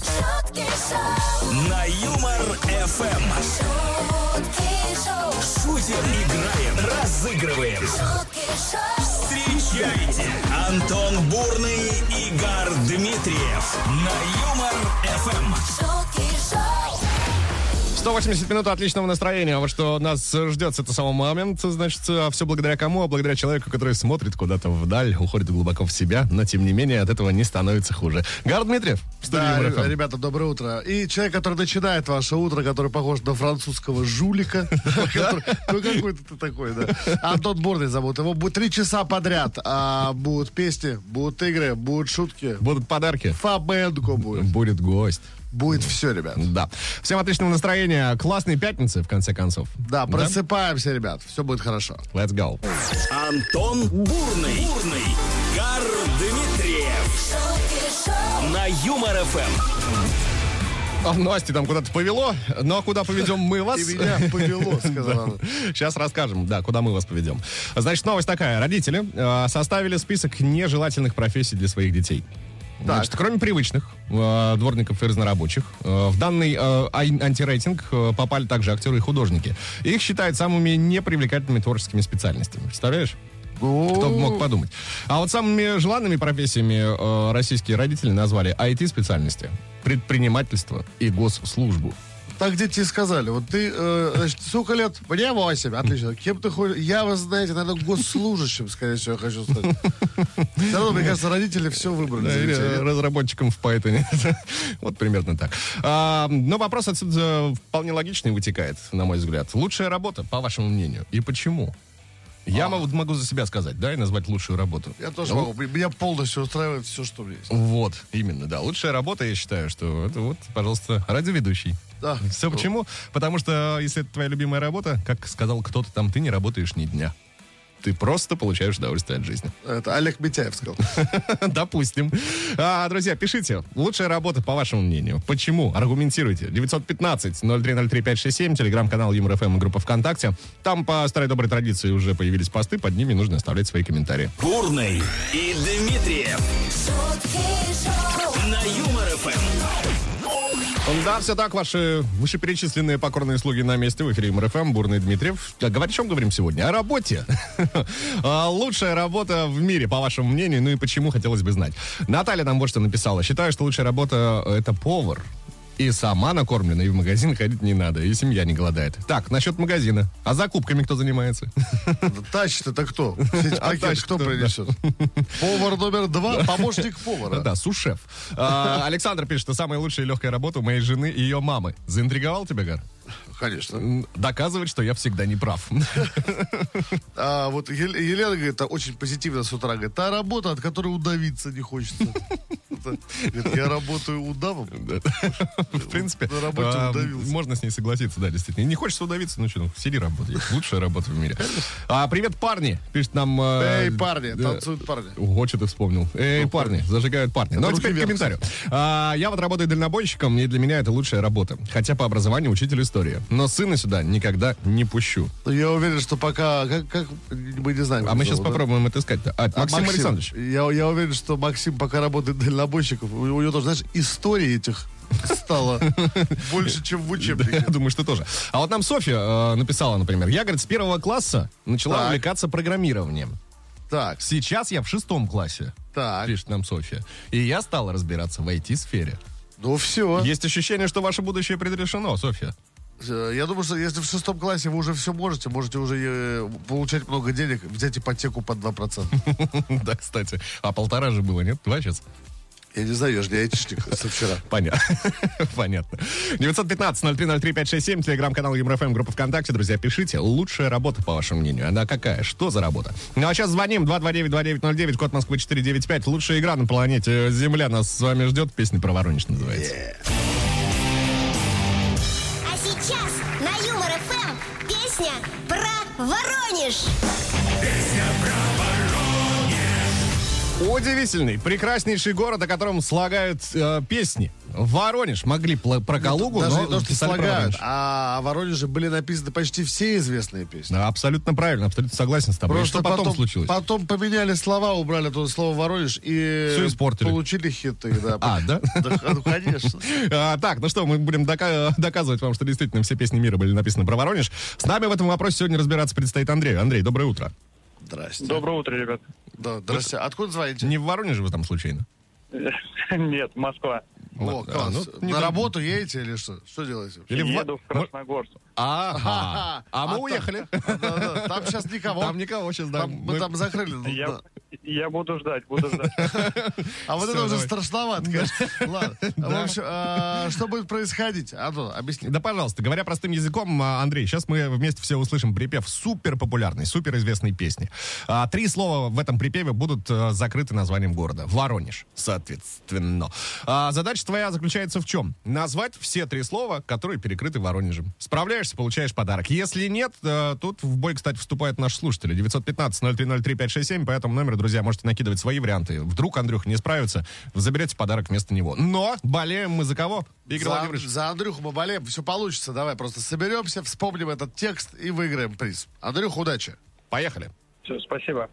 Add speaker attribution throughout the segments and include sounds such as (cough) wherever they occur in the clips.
Speaker 1: Шутки шоу,
Speaker 2: На Юмор ФМ
Speaker 1: шутки шоу,
Speaker 2: шутим, играем, разыгрываем.
Speaker 1: шутки шоу,
Speaker 2: Встречайте Антон Бурный, Игорь Дмитриев на Юмор Эм. ФМ.
Speaker 1: шутки шоу,
Speaker 3: 180 минут отличного настроения. Вот что нас ждет с этого самого момента. Значит, а все благодаря кому? А благодаря человеку, который смотрит куда-то вдаль, уходит глубоко в себя, но тем не менее от этого не становится хуже. Гар Дмитриев, в студии Эм.
Speaker 4: Да,
Speaker 3: Юмор ФМ.
Speaker 4: ре- ребята, доброе утро. И человек, который начинает ваше утро, который похож на французского жулика. (laughs) который- Ну, какой-то ты такой, да. Антон Бурный зовут. Его будет три часа подряд. а, Будут песни, будут игры, будут шутки.
Speaker 3: Будут подарки.
Speaker 4: Фабенко будет.
Speaker 3: Будет гость.
Speaker 4: Будет все, ребят.
Speaker 3: Да. Всем отличного настроения. Классной пятницы, в конце концов.
Speaker 4: Да, просыпаемся, ребят. Все будет хорошо.
Speaker 3: Let's go.
Speaker 2: Антон Бурный, Бурный, Игорь Дмитриев
Speaker 1: шутки шоу,
Speaker 2: на Юмор Эм. ФМ.
Speaker 3: А, Настя там куда-то повело, но куда поведем мы вас?
Speaker 4: И меня
Speaker 3: (laughs)
Speaker 4: повело, сказала она.
Speaker 3: Сейчас расскажем, да, куда мы вас поведем. Значит, новость такая. Родители э, составили список нежелательных профессий для своих детей. Значит, кроме привычных, э, дворников и разнорабочих, э, в данный э, ан- антирейтинг э, попали также актеры и художники. Их считают самыми непривлекательными творческими специальностями. Представляешь? Кто бы мог подумать. А вот самыми желанными профессиями э, российские родители назвали IT-специальности, предпринимательство и госслужбу.
Speaker 4: Так дети и сказали. Вот ты, э, значит, сколько лет? Мне 8. Отлично. Кем ты хочешь? Я, вы знаете, наверное, госслужащим, скорее всего, хочу стать. Да, ну, мне кажется, родители все выбрали. за
Speaker 3: Или
Speaker 4: детей.
Speaker 3: разработчиком в Python. (laughs) вот примерно так. А, но вопрос отсюда вполне логичный вытекает, на мой взгляд. Лучшая работа, по вашему мнению, и почему? Я могу, могу за себя сказать, да, и назвать лучшую работу.
Speaker 4: А. Я тоже
Speaker 3: Ну,
Speaker 4: могу. Меня полностью устраивает все, что у меня есть.
Speaker 3: Вот, именно, да. Лучшая работа, я считаю, что это вот, пожалуйста, радиоведущий.
Speaker 4: Да.
Speaker 3: Все почему? Потому что если это твоя любимая работа, как сказал кто-то там, ты не работаешь ни дня. Ты просто получаешь удовольствие от жизни.
Speaker 4: Это Олег Митяев сказал.
Speaker 3: (laughs) Допустим. А, друзья, пишите. Лучшая работа, по вашему мнению. Почему? Аргументируйте. 915-0303-567, телеграм-канал Юмор ФМ и группа ВКонтакте. Там по старой доброй традиции уже появились посты, под ними нужно оставлять свои комментарии.
Speaker 2: Бурный и Дмитриев
Speaker 1: шутки шоу,
Speaker 2: на Юмор Эм. ФМ.
Speaker 3: Да, все так, ваши вышеперечисленные покорные слуги на месте в эфире Юмор ФМ, Бурный Дмитриев. А говори, о чем говорим сегодня? О работе. (laughs) А, Лучшая работа в мире, по вашему мнению, ну и почему, хотелось бы знать. Наталья нам вот что написала. Считаю, что лучшая работа э, — это повар. И сама накормлена, и в магазин ходить не надо, и семья не голодает. Так, насчет магазина. А закупками кто занимается? (laughs)
Speaker 4: Тащит это кто? Все эти
Speaker 3: А
Speaker 4: пакеты
Speaker 3: тащит
Speaker 4: кто
Speaker 3: кто, да.
Speaker 4: принесет? Повар номер два, помощник повара.
Speaker 3: Да, сушеф. А, Александр пишет, что самая лучшая и легкая работа у моей жены и ее мамы. Заинтриговал тебя, Гар?
Speaker 4: Конечно.
Speaker 3: М, Доказывает, что я всегда не прав. (laughs)
Speaker 4: А вот Ел- Елена говорит, а очень позитивно с утра. Говорит, та работа, от которой удавиться не хочется. (laughs) Это- говорит, Я работаю удавом.
Speaker 3: В принципе,
Speaker 4: На работе
Speaker 3: а,
Speaker 4: удавился.
Speaker 3: можно с ней согласиться, да, действительно. Не хочется удавиться, ну что, ну, сиди работай. (laughs) Лучшая работа в мире. А, привет, парни, пишет нам... э,
Speaker 4: Эй, парни,
Speaker 3: да.
Speaker 4: танцуют парни.
Speaker 3: Ого, что ты вспомнил. Эй, парни, зажигают парни. Ну, а
Speaker 4: руки
Speaker 3: теперь к
Speaker 4: вверх,
Speaker 3: комментарию. А, я вот работаю дальнобойщиком, и для меня это лучшая работа. Хотя по образованию учитель истории. Но сына сюда никогда не пущу.
Speaker 4: Ну, Я уверен, что пока... Как, как- мы не знаем.
Speaker 3: А
Speaker 4: как
Speaker 3: мы
Speaker 4: зовут,
Speaker 3: сейчас
Speaker 4: да?
Speaker 3: попробуем отыскать-то. А,
Speaker 4: А
Speaker 3: Максим, Александрович. (laughs)
Speaker 4: Я, я уверен, что Максим пока работает дальнобойщиком. У него тоже, знаешь, истории этих стало больше, чем в
Speaker 3: Я
Speaker 4: учебнике.
Speaker 3: думаю, что тоже. А вот нам Софья э, написала, например, я, говорит, с первого класса начала
Speaker 4: Так.
Speaker 3: увлекаться программированием.
Speaker 4: Так,
Speaker 3: Сейчас я в шестом классе,
Speaker 4: так.
Speaker 3: пишет нам Софья. И я стала разбираться в IT-сфере.
Speaker 4: Ну все.
Speaker 3: Есть ощущение, что ваше будущее предрешено, Софья. (laughs)
Speaker 4: Э, Я думаю, что если в шестом классе вы уже все можете, можете уже э, получать много денег, взять ипотеку под 2%.
Speaker 3: (laughs) Да, кстати. А полтора же было, нет? Два сейчас?
Speaker 4: Я не знаю, я же не айтишник со вчера.
Speaker 3: Понятно. (laughs) Понятно. 915-0303-567, телеграм-канал ЮморФМ, группа ВКонтакте. Друзья, пишите. Лучшая работа, по вашему мнению. Она какая? Что за работа? Ну, а сейчас звоним. 229-2909, код Москвы 495. Лучшая игра на планете Земля нас с вами ждет. Песня про Воронеж называется.
Speaker 5: А сейчас на Юмор ФМ песня про Воронеж.
Speaker 3: Удивительный, прекраснейший город, о котором слагают э, песни. Воронеж. Могли пла- про Калугу,
Speaker 4: Ну, Даже
Speaker 3: Ну, но
Speaker 4: не то, что
Speaker 3: писали про
Speaker 4: слагают,
Speaker 3: Воронеж.
Speaker 4: а о Воронеже были написаны почти все известные песни.
Speaker 3: Да, Абсолютно правильно, абсолютно согласен с тобой. И что потом, случилось?
Speaker 4: Потом поменяли слова, убрали то слово Воронеж и
Speaker 3: Всё испортили.
Speaker 4: получили хиты. Да.
Speaker 3: (laughs) А, да?
Speaker 4: ну, конечно.
Speaker 3: А, так, ну что, мы будем дока- доказывать вам, что действительно все песни мира были написаны про Воронеж. С нами в этом вопросе сегодня разбираться предстоит Андрею. Андрей, доброе утро.
Speaker 4: Здрасте.
Speaker 6: Доброе утро, ребят.
Speaker 4: Да, здрасте. Откуда звоните?
Speaker 3: Не в Воронеже вы там случайно?
Speaker 6: (laughs) Нет, Москва.
Speaker 4: О,
Speaker 3: А,
Speaker 4: класс.
Speaker 3: ну, не
Speaker 4: На
Speaker 3: там.
Speaker 4: работу едете или что? Что делаете? вообще?
Speaker 3: Или в Во-
Speaker 6: Еду в
Speaker 3: Мо-
Speaker 6: Красногорск.
Speaker 3: Ага. А мы
Speaker 4: там-
Speaker 3: уехали.
Speaker 4: Да-да, Там сейчас никого.
Speaker 3: Там никого сейчас, да.
Speaker 4: Там- Мы
Speaker 3: Мы-
Speaker 4: там закрыли.
Speaker 6: (laughs) Я,
Speaker 4: Да.
Speaker 6: я буду ждать, буду ждать.
Speaker 4: А вот
Speaker 3: Всё,
Speaker 4: это уже
Speaker 3: давай.
Speaker 4: страшновато, конечно. Ладно.
Speaker 3: (laughs)
Speaker 4: В общем, а, что будет происходить? Антон, объясни.
Speaker 3: Да, пожалуйста, говоря простым языком, а, Андрей, сейчас мы вместе все услышим припев супер популярной, супер известной песни. А, Три слова в этом припеве будут э, закрыты названием города. Воронеж, соответственно. А, Задача твоя заключается в чем? Назвать все три слова, которые перекрыты Воронежем. Справляешься, получаешь подарок. Если нет, э, тут в бой, кстати, вступают наши слушатели. 915-0303-567, по этому номеру, друзья, можете накидывать свои варианты. Вдруг Андрюх не справится, заберете подарок вместо него. Но болеем мы за кого? Игорь
Speaker 4: За,
Speaker 3: Владимирович.
Speaker 4: за Андрюху мы болеем, все получится. Давай просто соберемся, вспомним этот текст и выиграем приз. Андрюх, удачи.
Speaker 3: Поехали.
Speaker 6: Все, спасибо.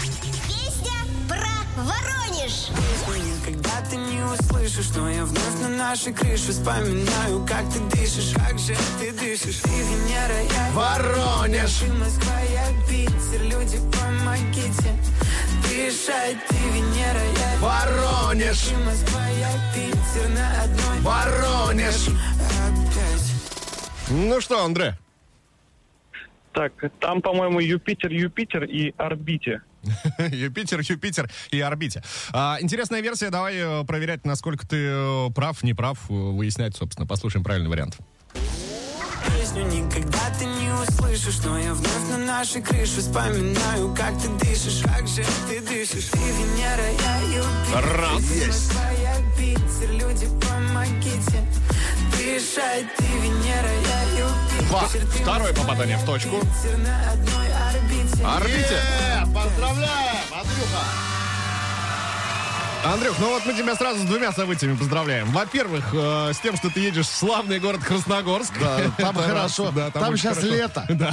Speaker 5: Песня про Воронеж.
Speaker 7: Когда ты не услышишь, но я вновь на нашей крыше Вспоминаю, как ты дышишь, как же ты дышишь Ты Венера, я
Speaker 4: Воронеж!
Speaker 7: Ты Москва, я Питер, люди, помогите Дышать, ты Венера, я
Speaker 4: Воронеж!
Speaker 7: Ты Москва, я Питер, на одной
Speaker 4: Воронеж!
Speaker 7: опять
Speaker 3: Ну что, Андре? (laughs)
Speaker 6: Так, там, по-моему, Юпитер, Юпитер и орбите.
Speaker 3: Юпитер, Юпитер и орбите. А, интересная версия. Давай э, проверять, насколько ты э, прав, не прав, э, выяснять, собственно. Послушаем правильный вариант.
Speaker 7: песню Никогда ты не услышишь, но я вновь на нашей крыше Вспоминаю, как ты дышишь, как же ты дышишь Ты Венера, я Юпитер
Speaker 3: Раз.
Speaker 7: Есть. Я Питер, люди, помогите Дышать, ты Венера, я Юпитер
Speaker 3: Два.
Speaker 7: Ты Москва,
Speaker 3: Второе попадание в точку.
Speaker 7: Питер на одной орбите
Speaker 3: Орбите.
Speaker 4: Э, поздравляем, Андрюха!
Speaker 3: Андрюх, ну вот мы тебя сразу с двумя событиями поздравляем. Во-первых, э, с тем, что ты едешь в славный город Красногорск. (laughs) Да,
Speaker 4: там хорошо. Там щас лето.
Speaker 3: (laughs) Да.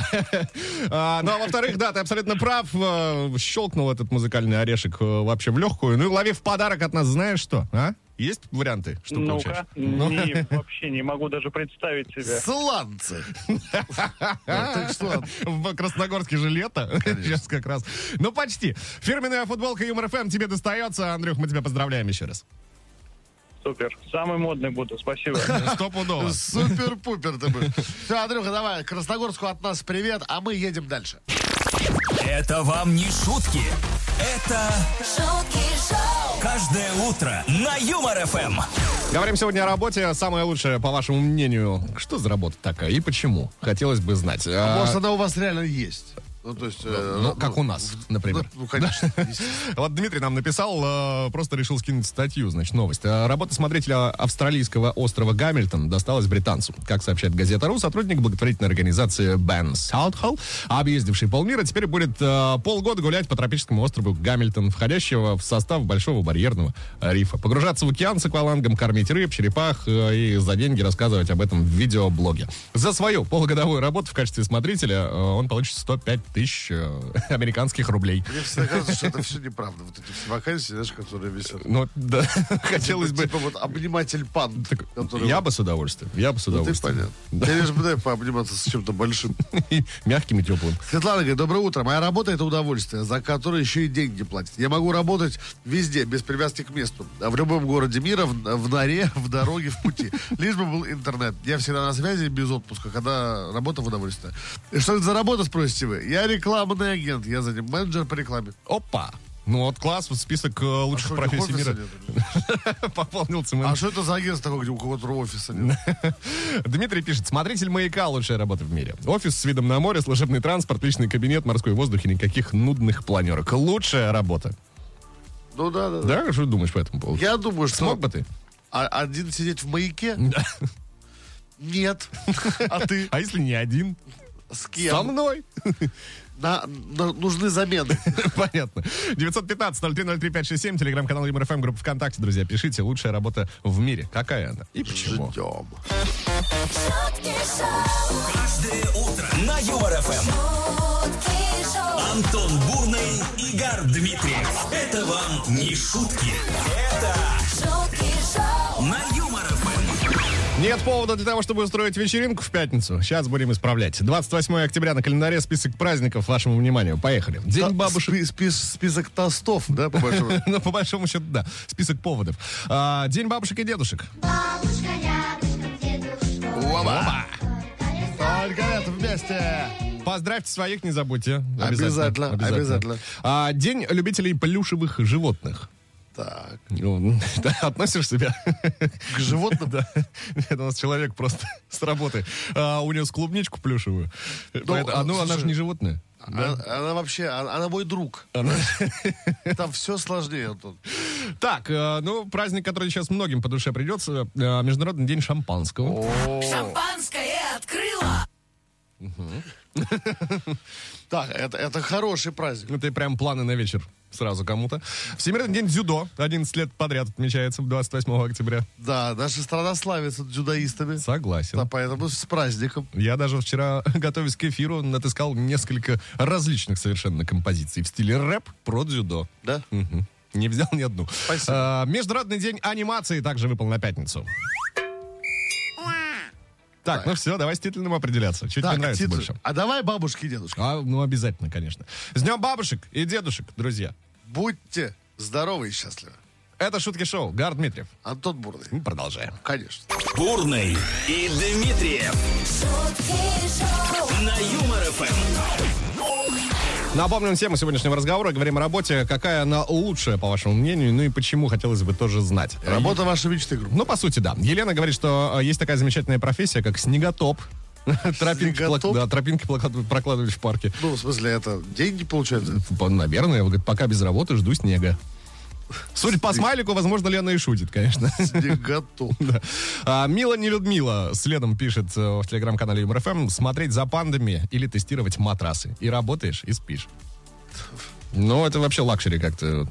Speaker 3: А, ну а во-вторых, да, ты абсолютно прав. Э, Щелкнул этот музыкальный орешек э, вообще в легкую. Ну и лови в подарок от нас знаешь что, а? Есть варианты, что получаешь?
Speaker 6: Ну-ка, не, вообще не могу даже представить
Speaker 4: (laughs)
Speaker 6: себе.
Speaker 4: Сланцы! Так что,
Speaker 3: А, В Красногорске же лето. Сейчас как раз. Ну, почти. Фирменная футболка Юмор ФМ тебе достается. Андрюх, мы тебя поздравляем еще
Speaker 4: (laughs)
Speaker 3: раз.
Speaker 6: Супер. Самый модный буду, спасибо.
Speaker 3: Стопудово.
Speaker 4: супер-пупер ты будешь. Все, Андрюха, давай, Красногорску от нас привет, а мы едем дальше.
Speaker 2: Это вам не шутки. Это
Speaker 1: шутки шоу,
Speaker 2: каждое утро на Юмор Эм. ФМ.
Speaker 3: Говорим сегодня о работе. Самое лучшее, по вашему мнению, что за работа такая и почему? Хотелось бы знать. А,
Speaker 4: Может, она у вас реально есть? Ну, то есть... э,
Speaker 3: ну, как у нас, например.
Speaker 4: Ну, конечно, естественно.
Speaker 3: Вот Дмитрий нам написал, э, просто решил скинуть статью, значит, новость. Э, Работа смотрителя австралийского острова Гамильтон досталась британцу. Как сообщает газета «Ру», сотрудник благотворительной организации Бен Саутхолл, объездивший полмира, теперь будет э, полгода гулять по тропическому острову Гамильтон, входящего в состав Большого барьерного рифа. Погружаться в океан с аквалангом, кормить рыб, черепах э, и за деньги рассказывать об этом в видеоблоге. За свою полугодовую работу в качестве смотрителя э, он получит 105 тысяч э, (laughs) американских рублей.
Speaker 4: Мне всегда кажется, что это все неправда. Вот эти все вакансии, знаешь, которые висят.
Speaker 3: Ну, да, (laughs) хотелось бы...
Speaker 4: Типа вот обниматель панд.
Speaker 3: Так,
Speaker 4: который
Speaker 3: я
Speaker 4: вот-
Speaker 3: бы с удовольствием, я бы с
Speaker 4: Ну, Ты
Speaker 3: удовольствием.
Speaker 4: понятно. Ты лишь бы дай пообниматься с чем-то большим.
Speaker 3: И (laughs) Мягким и теплым.
Speaker 4: Светлана говорит, доброе утро. Моя работа это удовольствие, за которое еще и деньги платят. Я могу работать везде, без привязки к месту. В любом городе мира, в, в норе, (laughs) в дороге, в пути. Лишь бы был интернет. Я всегда на связи без отпуска, когда работа в удовольствие. И что это за работа, спросите вы? Я рекламный агент, я за ним менеджер по рекламе.
Speaker 3: Опа! Ну вот класс, вот список э, лучших
Speaker 4: А что, у них
Speaker 3: профессий
Speaker 4: офиса
Speaker 3: мира (laughs) пополнился. мы.
Speaker 4: А что это за агентство такое, где у кого-то офиса нет?
Speaker 3: (laughs) Дмитрий пишет, смотритель маяка лучшая работа в мире. Офис с видом на море, служебный транспорт, личный кабинет, морской воздух и никаких нудных планерок. Лучшая работа.
Speaker 4: Ну да, да, да.
Speaker 3: Да, что думаешь по этому поводу?
Speaker 4: Я думаю, что...
Speaker 3: Смог бы ты?
Speaker 4: А- один сидеть в маяке?
Speaker 3: Да. (laughs)
Speaker 4: Нет. А ты?
Speaker 3: А если не один?
Speaker 4: С
Speaker 3: Со
Speaker 4: кем?
Speaker 3: мной.
Speaker 4: На- на- нужны замены.
Speaker 3: (laughs) Понятно. 915-0303-567, телеграм-канал МРФМ, группа ВКонтакте, друзья, пишите. Лучшая работа в мире. Какая она? И почему?
Speaker 4: Ждем.
Speaker 1: шутки шоу,
Speaker 2: Каждое утро на Юмор ФМ.
Speaker 1: шутки шоу,
Speaker 2: Антон Бурный, Игорь Дмитриев. Это вам не шутки. Это
Speaker 1: шутки шоу,
Speaker 2: на Юмор ФМ.
Speaker 3: Нет повода для того, чтобы устроить вечеринку в пятницу. Сейчас будем исправлять. 28 октября на календаре список праздников вашему вниманию. Поехали. День
Speaker 4: Та-
Speaker 3: бабушек. (laughs)
Speaker 4: спи- спи- Список тостов, да, по большому (laughs) счету?
Speaker 3: Ну, по большому счету, да. Список поводов. А, день бабушек и дедушек.
Speaker 8: Бабушка рядышком, дедушка.
Speaker 3: Опа.
Speaker 4: Только это вместе.
Speaker 3: Поздравьте своих, не забудьте.
Speaker 4: Обязательно, обязательно.
Speaker 3: А, день любителей плюшевых животных.
Speaker 4: Так,
Speaker 3: Ну, (laughs) да, Относишь себя? (laughs)
Speaker 4: к животным?
Speaker 3: Да. Это у нас человек просто (laughs) с работы а, унес клубничку плюшевую. Поэтому- а, Ну, она же
Speaker 4: слушай.
Speaker 3: не животное.
Speaker 4: Она, А, она вообще, а, она, она мой друг.
Speaker 3: Она-
Speaker 4: (laughs) Там все сложнее, Антон.
Speaker 3: Так, э, ну, праздник, который сейчас многим по душе придется, э, Международный день шампанского.
Speaker 4: Так, это, это хороший праздник.
Speaker 3: Ну, Это прям планы на вечер сразу кому-то. Всемирный день дзюдо. 11 лет подряд отмечается 28 октября.
Speaker 4: Да, наша страна славится дзюдоистами. Да,
Speaker 3: Согласен.
Speaker 4: поэтому с праздником.
Speaker 3: Я даже вчера, (laughs) готовясь к эфиру, отыскал несколько различных совершенно композиций в стиле рэп про дзюдо.
Speaker 4: Да?
Speaker 3: Мгм. Не взял ни одну.
Speaker 4: Спасибо.
Speaker 3: А, Международный день анимации также выпал на пятницу. Так, ну все, давай с титульным определяться. Чуть мне
Speaker 4: Так,
Speaker 3: нравится
Speaker 4: титул.
Speaker 3: больше.
Speaker 4: А давай бабушки и дедушки.
Speaker 3: А, ну, обязательно, конечно. С днем бабушек и дедушек, друзья.
Speaker 4: Будьте здоровы и счастливы.
Speaker 3: Это Шутки Шоу. Гар Дмитриев.
Speaker 4: Антон Бурный.
Speaker 3: Мы продолжаем.
Speaker 4: Конечно.
Speaker 2: Бурный и Дмитриев
Speaker 1: шутки шоу,
Speaker 2: на Юмор ФМ.
Speaker 3: Напомним тему сегодняшнего разговора. Говорим о работе. Какая она лучшая, по вашему мнению? Ну и почему, хотелось бы тоже знать.
Speaker 4: Работа вашей мечты, группа.
Speaker 3: Ну, по сути, да. Елена говорит, что э, есть такая замечательная профессия, как снеготоп. (laughs) Тропинки, плак-
Speaker 4: Снеготоп?
Speaker 3: да, тропинки плакат- прокладывали в парке.
Speaker 4: Ну, в смысле, это деньги
Speaker 3: (laughs)
Speaker 4: получают. за это?
Speaker 3: По- Наверное, вот, говорит, пока без работы жду снега. Судя по смайлику, возможно, Лена и шутит, конечно. (laughs)
Speaker 4: Снеготоп.
Speaker 3: Да. А, Мила не Людмила следом пишет э, в телеграм-канале Юмор ФМ смотреть за пандами или тестировать матрасы. И работаешь, и спишь. Ну, это вообще лакшери как-то.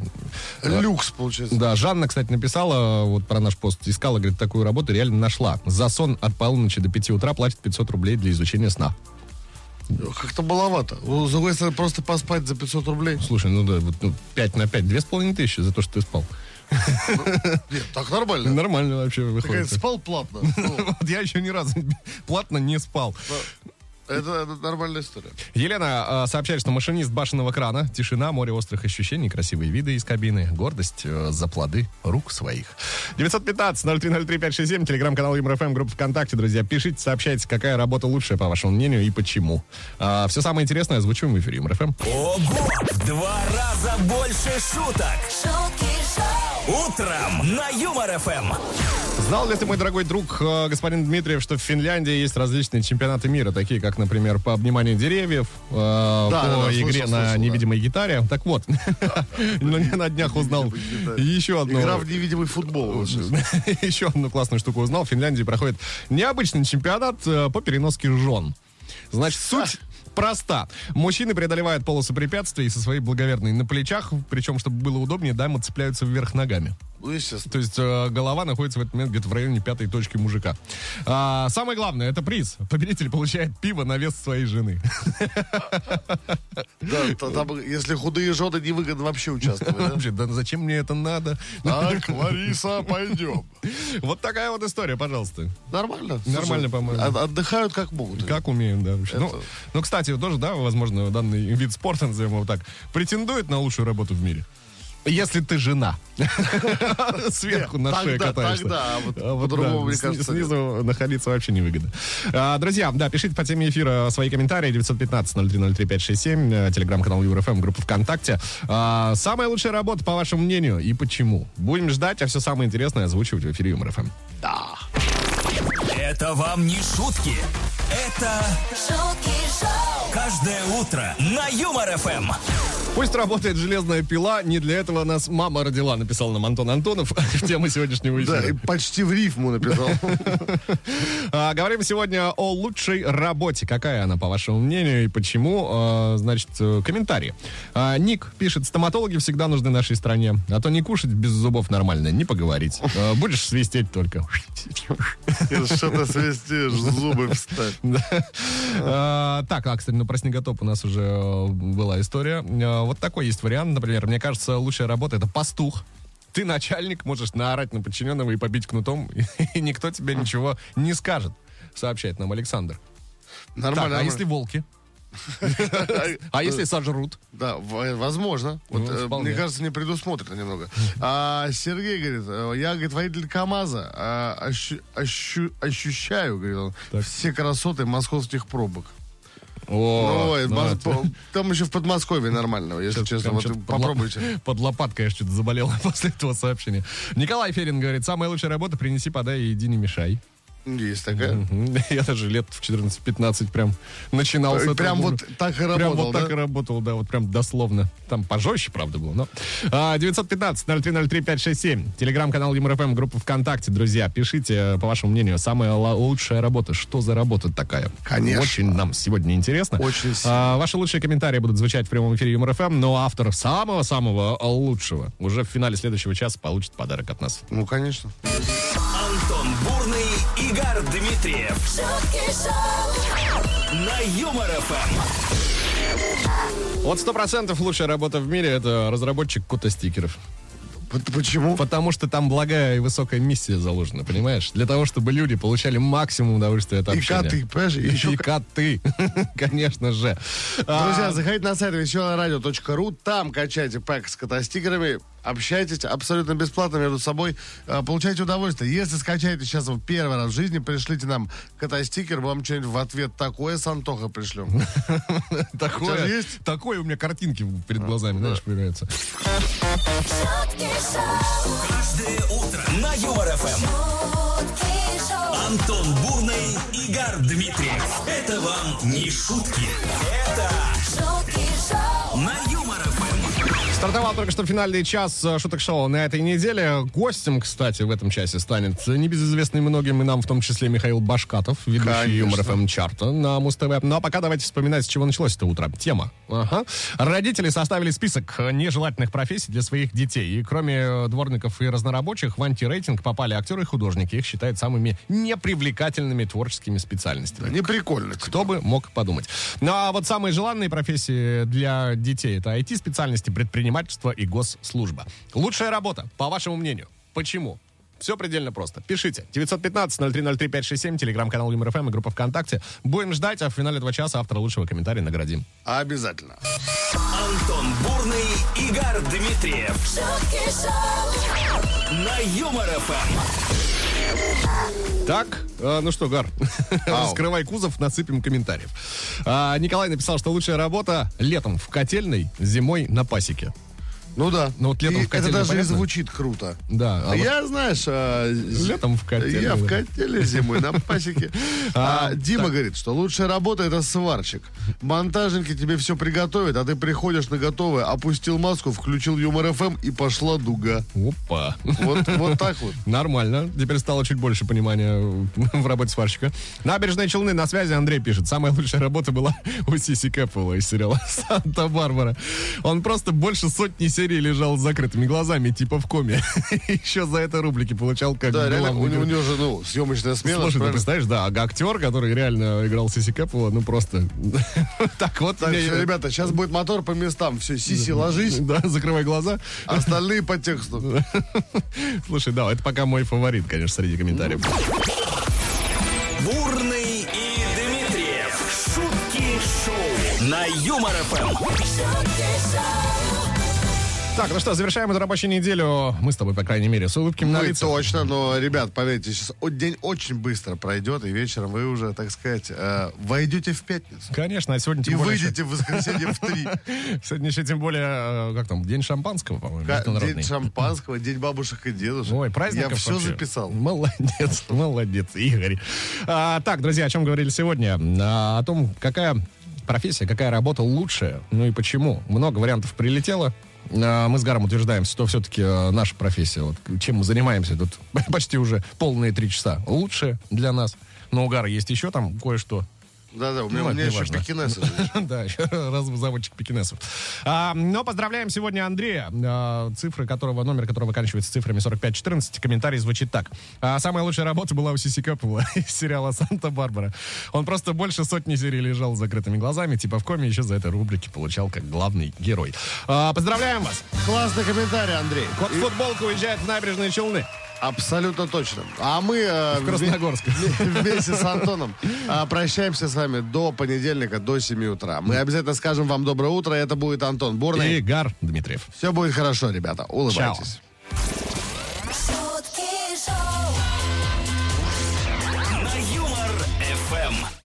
Speaker 4: Люкс, получается.
Speaker 3: Да, Жанна, кстати, написала вот про наш пост, искала, говорит, такую работу, реально нашла. За сон от полуночи до 5 утра платит 500 рублей для изучения сна.
Speaker 4: Как-то маловато. Ну, С другой стороны, просто поспать за 500 рублей.
Speaker 3: Слушай, ну да, вот 5 на 5, 2500 за то, что ты спал.
Speaker 4: Нет, так нормально.
Speaker 3: Нормально вообще
Speaker 4: Ты, конечно,
Speaker 3: выходит.
Speaker 4: спал платно. Ну,
Speaker 3: (laughs) Вот я еще ни разу платно не спал.
Speaker 4: Это это нормальная история.
Speaker 3: Елена э, сообщает, что машинист башенного крана, тишина, море острых ощущений, красивые виды из кабины, гордость э, за плоды рук своих. 915-0303-567, телеграм-канал ЮморФМ, группа ВКонтакте, друзья. Пишите, сообщайте, какая работа лучшая, по вашему мнению, и почему. А, все самое интересное озвучим в эфире эм. ЮморФМ.
Speaker 2: Ого! В Два раза больше шуток.
Speaker 1: шутки шоу,
Speaker 2: Утром на Юмор ФМ.
Speaker 3: Знал ли ты, мой дорогой друг, э, господин Дмитриев, что в Финляндии есть различные чемпионаты мира, такие как, например, по обниманию деревьев, э,
Speaker 4: да,
Speaker 3: по
Speaker 4: да, слышал,
Speaker 3: игре на
Speaker 4: слышал, да.
Speaker 3: невидимой гитаре. Так
Speaker 4: (laughs)
Speaker 3: вот, но я на днях узнал еще одну...
Speaker 4: Типа, Игра в невидимый футбол. вот сейчас.
Speaker 3: (laughs) Еще одну классную штуку узнал. В Финляндии проходит необычный чемпионат э, по переноске жен. Значит,
Speaker 4: (laughs)
Speaker 3: суть проста. Мужчины преодолевают полосы препятствий со своей благоверной на плечах, причем, чтобы было удобнее, дамы цепляются вверх ногами.
Speaker 4: Ну, естественно.
Speaker 3: То есть э, голова находится в этот момент где-то в районе пятой точки мужика. А, самое главное, это приз. Победитель получает пиво на вес своей жены. (laughs)
Speaker 4: Да, то там, если худые жены, невыгодно вообще участвовать.
Speaker 3: Вообще, да зачем мне это надо? (laughs)
Speaker 4: да? Так, (laughs) Лариса, пойдем.
Speaker 3: Вот такая вот история, пожалуйста.
Speaker 4: Нормально.
Speaker 3: Нормально,
Speaker 4: Слушай,
Speaker 3: по-моему.
Speaker 4: от- Отдыхают как могут.
Speaker 3: Как умеем, да. вообще. Ну,
Speaker 4: Это-
Speaker 3: ну, кстати, тоже, да, возможно, данный вид спорта, назовем его так, претендует на лучшую работу в мире. Если ты
Speaker 4: (laughs)
Speaker 3: жена. Сверху на
Speaker 4: так
Speaker 3: шее
Speaker 4: да, так
Speaker 3: катаешься.
Speaker 4: да, а вот
Speaker 3: А вот
Speaker 4: по-другому,
Speaker 3: да,
Speaker 4: мне
Speaker 3: сни-
Speaker 4: кажется, нет.
Speaker 3: Снизу находиться вообще невыгодно. А, Друзья, да, пишите по теме эфира свои комментарии. 915-0303-567, э, телеграм-канал ЮРФМ, группа ВКонтакте. А, Самая лучшая работа, по вашему мнению, и почему? Будем ждать, а все самое интересное озвучивать в эфире ЮРФМ.
Speaker 2: Это вам не шутки. Это
Speaker 1: шутки шоу,
Speaker 2: каждое утро на Юмор ФМ.
Speaker 3: Пусть работает железная пила, не для этого нас мама родила, написал нам Антон Антонов (laughs) в тему сегодняшнего
Speaker 4: Да, и
Speaker 3: эфира.
Speaker 4: почти в
Speaker 3: (laughs)
Speaker 4: рифму написал.
Speaker 3: А, Говорим сегодня о лучшей работе. Какая она, по вашему мнению, и почему? А, Значит, э, комментарии. А, Ник пишет, стоматологи всегда нужны нашей стране, а то не кушать без зубов нормально, не поговорить. А, Будешь свистеть
Speaker 4: (laughs)
Speaker 3: только.
Speaker 4: Что ты свистишь, зубы вставь.
Speaker 3: Да. А, Так, а, кстати, ну про снеготоп у нас уже э, была история. А, Вот такой есть вариант, например, мне кажется, лучшая работа это пастух. Ты начальник, можешь наорать на подчиненного и побить кнутом, (laughs) и никто тебе ничего не скажет, сообщает нам Александр. Так,
Speaker 4: Нормально.
Speaker 3: а если волки? (laughs)
Speaker 4: Э.
Speaker 3: А если сожрут?
Speaker 4: Да, в- возможно. Вот,
Speaker 3: Ну,
Speaker 4: э,
Speaker 3: вполне.
Speaker 4: мне кажется, не предусмотрено немного. А, Сергей говорит, э, я, говорит, водитель КАМАЗа, а, ощу- ощу- ощущаю, говорит он, все красоты московских пробок. Ну,
Speaker 3: Ой,
Speaker 4: э, мос-
Speaker 3: (laughs)
Speaker 4: по- там еще в Подмосковье нормального, если честно. Вот попробуйте.
Speaker 3: Под лопаткой я что-то заболела (laughs) после этого сообщения. Николай Ферин говорит, самая лучшая работа, принеси, подай и иди не мешай.
Speaker 4: Есть такая.
Speaker 3: Мгм. (laughs) Я даже лет в 14-15 прям начинал с
Speaker 4: Э,
Speaker 3: этого.
Speaker 4: Прям
Speaker 3: Боже.
Speaker 4: вот так и
Speaker 3: Прям вот
Speaker 4: работал,
Speaker 3: так и
Speaker 4: да?
Speaker 3: работал, да, вот прям дословно. Там пожестче, правда, было, но... А, 915-0303-567. Телеграм-канал ЮморФМ, группа ВКонтакте, друзья. Пишите, э, по вашему мнению, самая ла- лучшая работа. Что за работа такая?
Speaker 4: Конечно.
Speaker 3: Очень нам сегодня интересно.
Speaker 4: Очень сильно.
Speaker 3: А, ваши лучшие комментарии будут звучать в прямом эфире ЮморФМ, но автор самого-самого лучшего уже в финале следующего часа получит подарок от нас.
Speaker 4: Ну, конечно.
Speaker 2: Антон Бурный, Игорь Дмитриев
Speaker 1: шутки шоу,
Speaker 2: на Юмор ФМ.
Speaker 3: Вот 100% лучшая работа в мире — это разработчик кота-стикеров.
Speaker 4: П- Почему?
Speaker 3: Потому что там благая и высокая миссия заложена, понимаешь? Для того, чтобы люди получали максимум удовольствия от
Speaker 4: И
Speaker 3: общения.
Speaker 4: коты, понимаешь? И еще
Speaker 3: (laughs) И коты, конечно же. А,
Speaker 4: Друзья, заходите на сайт веселорадио.ру, там качайте пэк с катастикерами, общайтесь абсолютно бесплатно между собой, э, получайте удовольствие. Если скачаете сейчас в первый раз в жизни, пришлите нам катастикер, мы вам что-нибудь в ответ такое с Антоха пришлем.
Speaker 3: (laughs) такое,
Speaker 4: у тебя есть? А.
Speaker 3: такое у меня картинки перед глазами, знаешь, появляются.
Speaker 1: шутки шоу,
Speaker 2: Каждое утро на Юмор ФМ.
Speaker 1: шутки шоу,
Speaker 2: Антон Бурный, Игорь Дмитриев. Это вам не шутки. Это
Speaker 1: шутки шоу,
Speaker 2: на Юмор ФМ.
Speaker 3: Стартовал только что финальный час э, шуток шоу на этой неделе. Гостем, кстати, в этом часе станет э, небезызвестный многим и нам, в том числе Михаил Башкатов, ведущий
Speaker 4: Конечно.
Speaker 3: юмор ФМ чарта на Муз ТВ. Ну а пока давайте вспоминать, с чего началось это утро. Тема. Ага. Родители составили список э, нежелательных профессий для своих детей. И кроме э, дворников и разнорабочих, в антирейтинг попали актеры и художники. Их считают самыми непривлекательными творческими специальностями.
Speaker 4: Не прикольно.
Speaker 3: Кто бы мог подумать. Ну а вот самые желанные профессии для детей это IT-специальности, предпринимательство и госслужба. Лучшая работа, по вашему мнению. Почему? Все предельно просто. Пишите. 915-0303-567, телеграм-канал ЮморФМ и группа ВКонтакте. Будем ждать, а в финале два часа автора лучшего комментария наградим.
Speaker 4: Обязательно.
Speaker 2: Антон Бурный, Игорь Дмитриев
Speaker 1: шутки шоу,
Speaker 2: на Юмор ФМ.
Speaker 3: Так, э, ну что, Гар, (laughs)
Speaker 4: Ау.
Speaker 3: раскрывай кузов, насыпем комментариев. А, Николай написал, что лучшая работа летом в котельной, зимой на пасеке.
Speaker 4: Ну да.
Speaker 3: Ну вот летом в
Speaker 4: И это
Speaker 3: котельной
Speaker 4: даже не
Speaker 3: понятно?
Speaker 4: звучит круто.
Speaker 3: Да, а
Speaker 4: Я, знаешь... а, з-
Speaker 3: Летом в котельной,
Speaker 4: Я в
Speaker 3: да.
Speaker 4: котеле зимой
Speaker 3: (laughs)
Speaker 4: на пасеке. А, Дима говорит, что лучшая работа это сварщик. Монтажники тебе все приготовят, а ты приходишь на готовое, опустил маску, включил юмор ФМ и пошла дуга.
Speaker 3: Опа.
Speaker 4: Вот, вот так вот.
Speaker 3: Нормально. Теперь стало чуть больше понимания (laughs) в работе сварщика. Набережные Челны на связи Андрей пишет. Самая лучшая работа была (laughs) у Сиси Кэппелла из сериала (laughs) «Санта-Барбара». Он просто больше сотни серий лежал с закрытыми глазами, типа в коме. (laughs) Еще за это рублики получал (laughs) как
Speaker 4: Да, реально, у,
Speaker 3: главный
Speaker 4: него- у
Speaker 3: герой.
Speaker 4: него же, ну, съемочная смена.
Speaker 3: Слушай, ты
Speaker 4: правильно?
Speaker 3: представляешь, да, актер, который реально играл Сиси Кэппелла, ну просто... (laughs) Так вот,
Speaker 4: Так,
Speaker 3: я-
Speaker 4: всё, ребята, сейчас будет мотор по местам. Все, сиси,
Speaker 3: (laughs)
Speaker 4: ложись, (laughs)
Speaker 3: Да, закрывай глаза. (laughs)
Speaker 4: остальные по тексту.
Speaker 3: Слушай, да, это пока мой фаворит, конечно, среди комментариев.
Speaker 2: Бурный и Дмитриев. Шутки шоу на Юмор ФМ.
Speaker 1: шутки шоу,
Speaker 3: Так, ну что, завершаем эту рабочую неделю. Мы с тобой, по крайней мере, с улыбками на
Speaker 4: Мы
Speaker 3: лицах.
Speaker 4: точно, но, ребят, поверьте, сейчас день очень быстро пройдет, и вечером вы уже, так сказать, э, войдете в пятницу.
Speaker 3: Конечно, а сегодня тем
Speaker 4: и
Speaker 3: более...
Speaker 4: выйдете в воскресенье в
Speaker 3: (laughs)
Speaker 4: три.
Speaker 3: еще- (laughs) Сегодня еще тем более, э, как там, день шампанского, по-моему,
Speaker 4: Ка-
Speaker 3: международный.
Speaker 4: День шампанского, день бабушек и дедушек.
Speaker 3: Ой, праздников
Speaker 4: Я все
Speaker 3: вообще.
Speaker 4: записал.
Speaker 3: Молодец, (laughs) молодец, Игорь. А, так, друзья, о чем говорили сегодня? А, о том, какая профессия, какая работа лучшая, ну и почему. Много вариантов прилетело. А, Мы с Гаром утверждаем, что все-таки наша профессия, вот чем мы занимаемся, тут (laughs) почти уже полные три часа, лучшая для нас. Но у Гара есть еще там кое-что.
Speaker 4: Да-да, у меня,
Speaker 3: Ну,
Speaker 4: у
Speaker 3: это
Speaker 4: меня
Speaker 3: не
Speaker 4: еще
Speaker 3: важно.
Speaker 4: пекинесы же.
Speaker 3: (laughs) Да, еще раз заводчик пекинесов. А, но поздравляем сегодня Андрея, а, цифры которого, номер которого оканчивается цифрами 4514. Комментарий звучит так. А, самая лучшая работа была у Сиси Кэппела (laughs) из сериала «Санта-Барбара». Он просто больше сотни серий лежал с закрытыми глазами, типа в коме еще за этой рубрики получал как главный герой. А, поздравляем вас!
Speaker 4: Классный комментарий, Андрей.
Speaker 3: Кот в футболку уезжает в набережные Челны.
Speaker 4: Абсолютно точно. А мы э,
Speaker 3: В
Speaker 4: (laughs)
Speaker 3: Красногорск.
Speaker 4: вме- вместе с Антоном э, прощаемся с вами до понедельника, до 7 утра. Мы обязательно скажем вам доброе утро. Это будет Антон Бурный.
Speaker 3: И Гар Дмитриев.
Speaker 4: Все будет хорошо, ребята. Улыбайтесь.
Speaker 3: Чао.